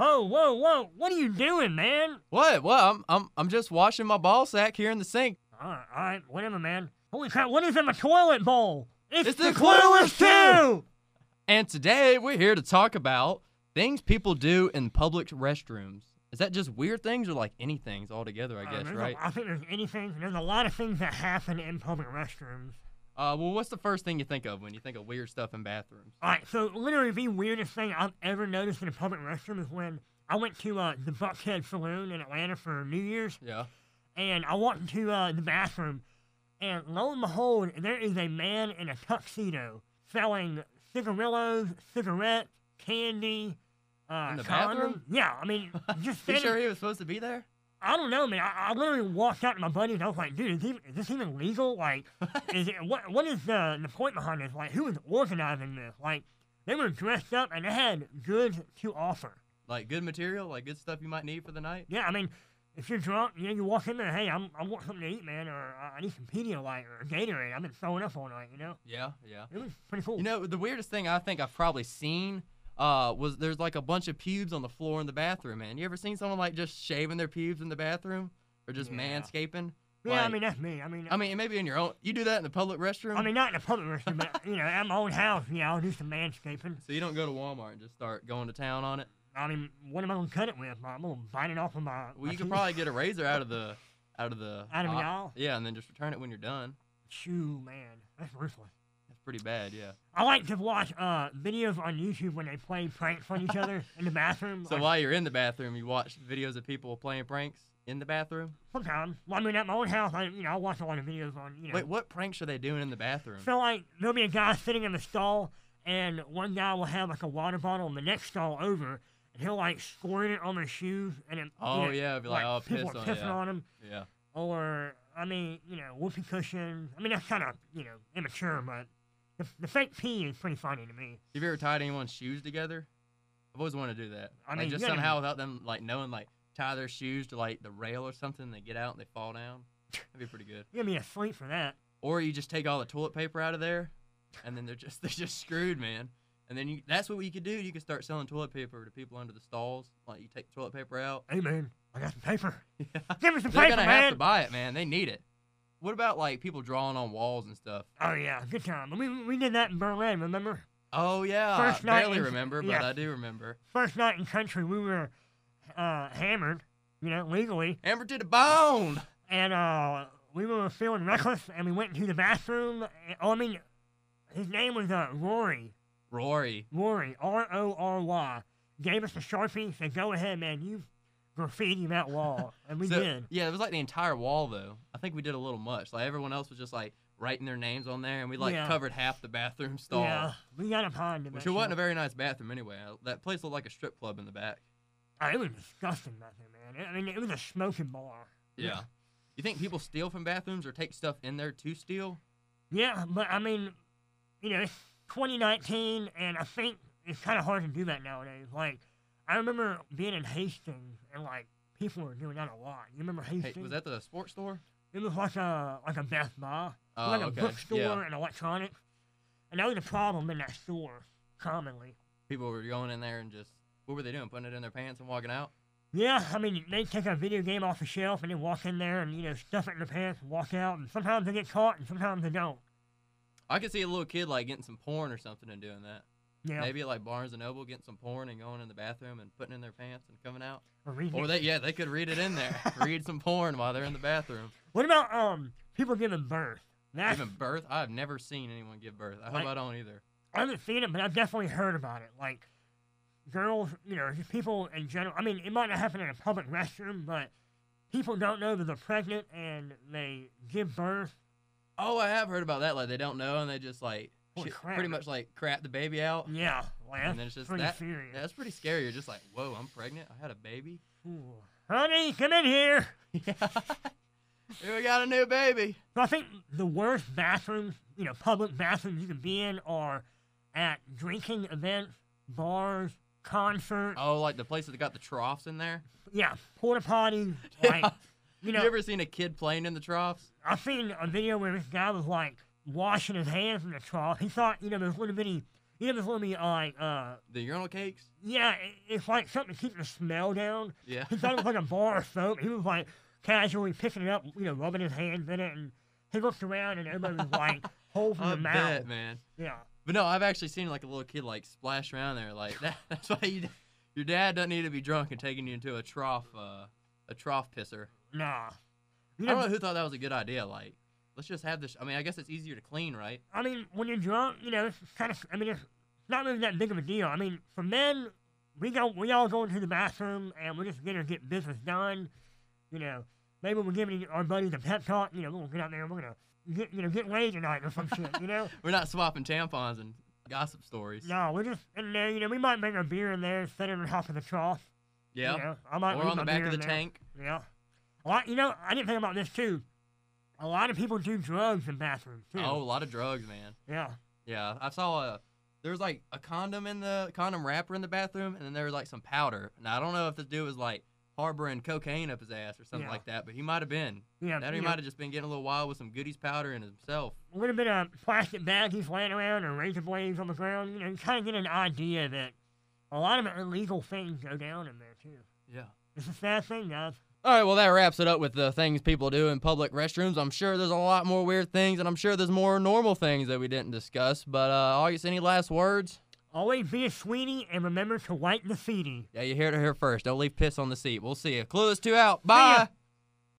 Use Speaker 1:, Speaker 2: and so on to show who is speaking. Speaker 1: Oh, whoa, whoa! What are you doing, man?
Speaker 2: What? What? I'm I'm I'm just washing my ball sack here in the sink.
Speaker 1: All right, all right, whatever, man. Holy crap! What is in the toilet bowl?
Speaker 2: It's the Clueless Two! And today we're here to talk about things people do in public restrooms. Is that just weird things or like any things altogether? I
Speaker 1: Uh,
Speaker 2: guess
Speaker 1: there's a-
Speaker 2: right.
Speaker 1: I think there's anything. There's a lot of things that happen in public restrooms.
Speaker 2: Uh, well, what's the first thing you think of when you think of weird stuff in bathrooms?
Speaker 1: All right, so literally the weirdest thing I've ever noticed in a public restroom is when I went to uh, the Buckhead Saloon in Atlanta for New Year's,
Speaker 2: Yeah.
Speaker 1: and I walked into uh, the bathroom, and lo and behold, there is a man in a tuxedo selling cigarillos, cigarettes, candy, uh,
Speaker 2: In the
Speaker 1: condoms.
Speaker 2: bathroom?
Speaker 1: Yeah, I mean, just
Speaker 2: You
Speaker 1: standing.
Speaker 2: sure he was supposed to be there?
Speaker 1: I don't know, man. I, I literally walked out to my buddies. I was like, dude, is, he, is this even legal? Like, is it, what what is the, the point behind this? Like, who was organizing this? Like, they were dressed up and they had goods to offer.
Speaker 2: Like good material, like good stuff you might need for the night.
Speaker 1: Yeah, I mean, if you're drunk, you know, you walk in there, hey, I'm, I want something to eat, man, or uh, I need some Pedialyte or Gatorade. I've been throwing up all night, you know?
Speaker 2: Yeah, yeah.
Speaker 1: It was pretty cool.
Speaker 2: You know, the weirdest thing I think I've probably seen uh, was there's like a bunch of pubes on the floor in the bathroom, man. You ever seen someone like just shaving their pubes in the bathroom or just
Speaker 1: Yeah.
Speaker 2: manscaping?
Speaker 1: yeah, I
Speaker 2: like-
Speaker 1: mean, that's me. I mean,
Speaker 2: I mean, maybe in your own. You do that in the public restroom,
Speaker 1: I mean, not in a public restroom, but, you know, at my own house, yeah, I'll do some manscaping.
Speaker 2: so you don't go to Walmart and just start going to town on it.
Speaker 1: I mean, what am I going to cut it with? I'm going to bite it off with my.
Speaker 2: Well,
Speaker 1: my
Speaker 2: you could
Speaker 1: teeth?
Speaker 2: probably get a razor out of the out of the
Speaker 1: Out of the
Speaker 2: aisle.
Speaker 1: aisle?
Speaker 2: Yeah, and then just return it when you're done.
Speaker 1: Shoo, man, that's ruthless.
Speaker 2: That's pretty bad, yeah.
Speaker 1: I like to watch uh, videos on YouTube when they play pranks on each other in the bathroom.
Speaker 2: So
Speaker 1: like,
Speaker 2: while you're in the bathroom, you watch videos of people playing pranks in the bathroom.
Speaker 1: Sometimes, well, I mean, at my own house, I you know I watch a lot of videos on you know.
Speaker 2: Wait, what pranks are they doing in the bathroom?
Speaker 1: So like, there'll be a guy sitting in the stall, and one guy will have like a water bottle in the next stall over, and he'll like squirt it on their shoes, and then
Speaker 2: Oh,
Speaker 1: you know,
Speaker 2: yeah, be like, "Oh,
Speaker 1: people
Speaker 2: piss
Speaker 1: are
Speaker 2: on-
Speaker 1: pissing
Speaker 2: yeah.
Speaker 1: on him,
Speaker 2: yeah.
Speaker 1: or I mean, you know, whoopee cushion. I mean, that's kind of you know immature, but the, the fake pee is pretty funny to me.
Speaker 2: Have you ever tied anyone's shoes together? I've always wanted to do that.
Speaker 1: I
Speaker 2: I mean,
Speaker 1: mean,
Speaker 2: just
Speaker 1: yeah, I mean-
Speaker 2: somehow without them like knowing, like tie their shoes to like the rail or something. and They get out and they fall down. That'd be pretty good.
Speaker 1: You're gonna be asleep for that.
Speaker 2: Or you just take all the toilet paper out of there, and then they're just they're just screwed, man. And then you, that's what you could do. You could start selling toilet paper to people under the stalls. Like you take toilet paper out.
Speaker 1: Hey man, I got some paper.
Speaker 2: Yeah.
Speaker 1: Give me some
Speaker 2: They're
Speaker 1: paper,
Speaker 2: gonna
Speaker 1: man.
Speaker 2: have to buy it, man. They need it. What about like people drawing on walls and stuff?
Speaker 1: oh yeah, good time. We we did that in Berlin, remember?
Speaker 2: Oh yeah,
Speaker 1: First
Speaker 2: I
Speaker 1: night
Speaker 2: barely
Speaker 1: in-
Speaker 2: remember, but
Speaker 1: yeah.
Speaker 2: I do remember.
Speaker 1: First night in country, we were uh, hammered, you know, legally,
Speaker 2: Amber to the bone.
Speaker 1: and uh, we were feeling reckless, and we went to the bathroom. and- Oh, I mean, his name was uh, Rory.
Speaker 2: Rory,
Speaker 1: Rory, R O R Y, gave us a sharpie. Said, "Go ahead, man. You graffiti that wall," and we
Speaker 2: So-
Speaker 1: did.
Speaker 2: Yeah, it was like the entire wall though. I think we did a little much. Like everyone else was just like writing their names on there, and we like
Speaker 1: Yeah.
Speaker 2: covered half the bathroom stall,
Speaker 1: Yeah, we got a pond. in
Speaker 2: which
Speaker 1: that
Speaker 2: it wasn't a
Speaker 1: shit.
Speaker 2: very nice bathroom anyway. I- That place looked like a strip club in the back.
Speaker 1: Oh, it was disgusting back there, man. I mean, it was a smoking bar.
Speaker 2: Yeah. You think people steal from bathrooms or take stuff in there to steal?
Speaker 1: Yeah, but I mean, you know, it's 2019, and I think it's kind of hard to do that nowadays. Like, I remember being in Hastings, and like people were doing that a lot. You remember
Speaker 2: Hey,
Speaker 1: Hastings?
Speaker 2: was that the sports store?
Speaker 1: It was like a like a Best Buy, It
Speaker 2: Oh,
Speaker 1: was like a
Speaker 2: okay.
Speaker 1: bookstore
Speaker 2: Yeah.
Speaker 1: and electronics, and that was a problem in that store commonly.
Speaker 2: People were going in there and just what were they doing? Putting it in their pants and walking out?
Speaker 1: Yeah, I mean, they take a video game off the shelf and then walk in there and you know stuff it in their pants and walk out, and sometimes they get caught and sometimes they don't.
Speaker 2: I could see a little kid like getting some porn or something and doing that.
Speaker 1: Yeah,
Speaker 2: Maybe like Barnes and Noble getting some porn and going in the bathroom and putting in their pants and coming out.
Speaker 1: or reading
Speaker 2: Or
Speaker 1: it.
Speaker 2: they yeah, they could read it in there. read some porn while they're in the bathroom.
Speaker 1: What about um people giving birth? That's
Speaker 2: Even birth, I've never seen anyone give birth. I hope
Speaker 1: Like-
Speaker 2: I don't either.
Speaker 1: I haven't seen it, but I've definitely heard about it. Like girls, you know, just people in general. I mean, it might not happen in a public restroom, but people don't know that they're pregnant and they give birth.
Speaker 2: Oh, I have heard about that. Like they don't know, and they just like
Speaker 1: Holy
Speaker 2: shit-
Speaker 1: crap. Mm.
Speaker 2: pretty much like crap the baby out.
Speaker 1: Yeah, like,
Speaker 2: And
Speaker 1: that's
Speaker 2: then it's just
Speaker 1: pretty
Speaker 2: that.
Speaker 1: serious.
Speaker 2: Yeah, that's pretty scary. You're just like, whoa, I'm pregnant. I had a baby.
Speaker 1: Ooh. Honey, come in here.
Speaker 2: Yeah, we got a new baby.
Speaker 1: So I think the worst bathrooms, you know, public bathrooms you can be in are at drinking events, bars, concerts.
Speaker 2: Oh, like the places that got the troughs in there.
Speaker 1: Yeah, porta potties. Like, you know,
Speaker 2: you ever seen a kid playing in the troughs?
Speaker 1: I've seen a video where this guy was like washing his hands in the trough. He thought, you know, those little bitty You know, before me, like, uh,
Speaker 2: The urinal cakes?
Speaker 1: yeah, it, it's like something to keep the smell down.
Speaker 2: Yeah.
Speaker 1: He thought it was like a bar of soap. He was like casually picking it up, you know, rubbing his hands in it, and he looked around and everybody was like holding
Speaker 2: I
Speaker 1: the mouth.
Speaker 2: bet, man.
Speaker 1: Yeah.
Speaker 2: But no, I've actually seen like a little kid like splash around there like that. That's why you, your dad doesn't need to be drunk and taking you into a trough, uh, a trough pisser.
Speaker 1: Nah. You
Speaker 2: I
Speaker 1: know,
Speaker 2: don't know who thought that was a good idea. Like, let's just have this. I mean, I guess it's easier to clean, right?
Speaker 1: I mean, when you're drunk, you know, it's kind of. I mean, it's not really that big of a deal. I mean, for men, we go, we all go into the bathroom and we just get to get business done. You know, maybe we're giving our buddies a pep talk. You know, we're gonna get out there, and we're gonna get, you know, get laid tonight or some shit. You know,
Speaker 2: We're not swapping tampons and gossip stories.
Speaker 1: no, we're just in there. You know, we might bring a beer in there, set it on top of the trough.
Speaker 2: Yeah.
Speaker 1: You know, I might
Speaker 2: Or
Speaker 1: leave
Speaker 2: on
Speaker 1: my
Speaker 2: the back
Speaker 1: beer
Speaker 2: of the
Speaker 1: in there.
Speaker 2: tank.
Speaker 1: Yeah. A lot, you know, I didn't think about this too. A lot of people do drugs in bathrooms too.
Speaker 2: Oh, a lot of drugs, man.
Speaker 1: Yeah.
Speaker 2: Yeah, I saw a. There was like a condom in the condom wrapper in the bathroom, and then there was like some powder. Now I don't know if this dude was like harboring cocaine up his ass or something
Speaker 1: Yeah.
Speaker 2: like that, but he might have been.
Speaker 1: Yeah.
Speaker 2: That he
Speaker 1: you know,
Speaker 2: might have just been getting a little wild with some goodies powder in himself.
Speaker 1: a little bit of plastic bags he's laying around or razor blades on the ground. You know, you kind of get an idea that a lot of illegal things go down in there too.
Speaker 2: Yeah.
Speaker 1: It's a sad thing, guys.
Speaker 2: All right, well, that wraps it up with the things people do in public restrooms. I'm sure there's a lot more weird things, and I'm sure there's more normal things that we didn't discuss. But, uh, August, any last words?
Speaker 1: Always be a sweetie and remember to wipe the feety.
Speaker 2: Yeah, you heard it here first. Don't leave piss on the seat. We'll see you. Clueless 2
Speaker 1: ya.
Speaker 2: out. Bye.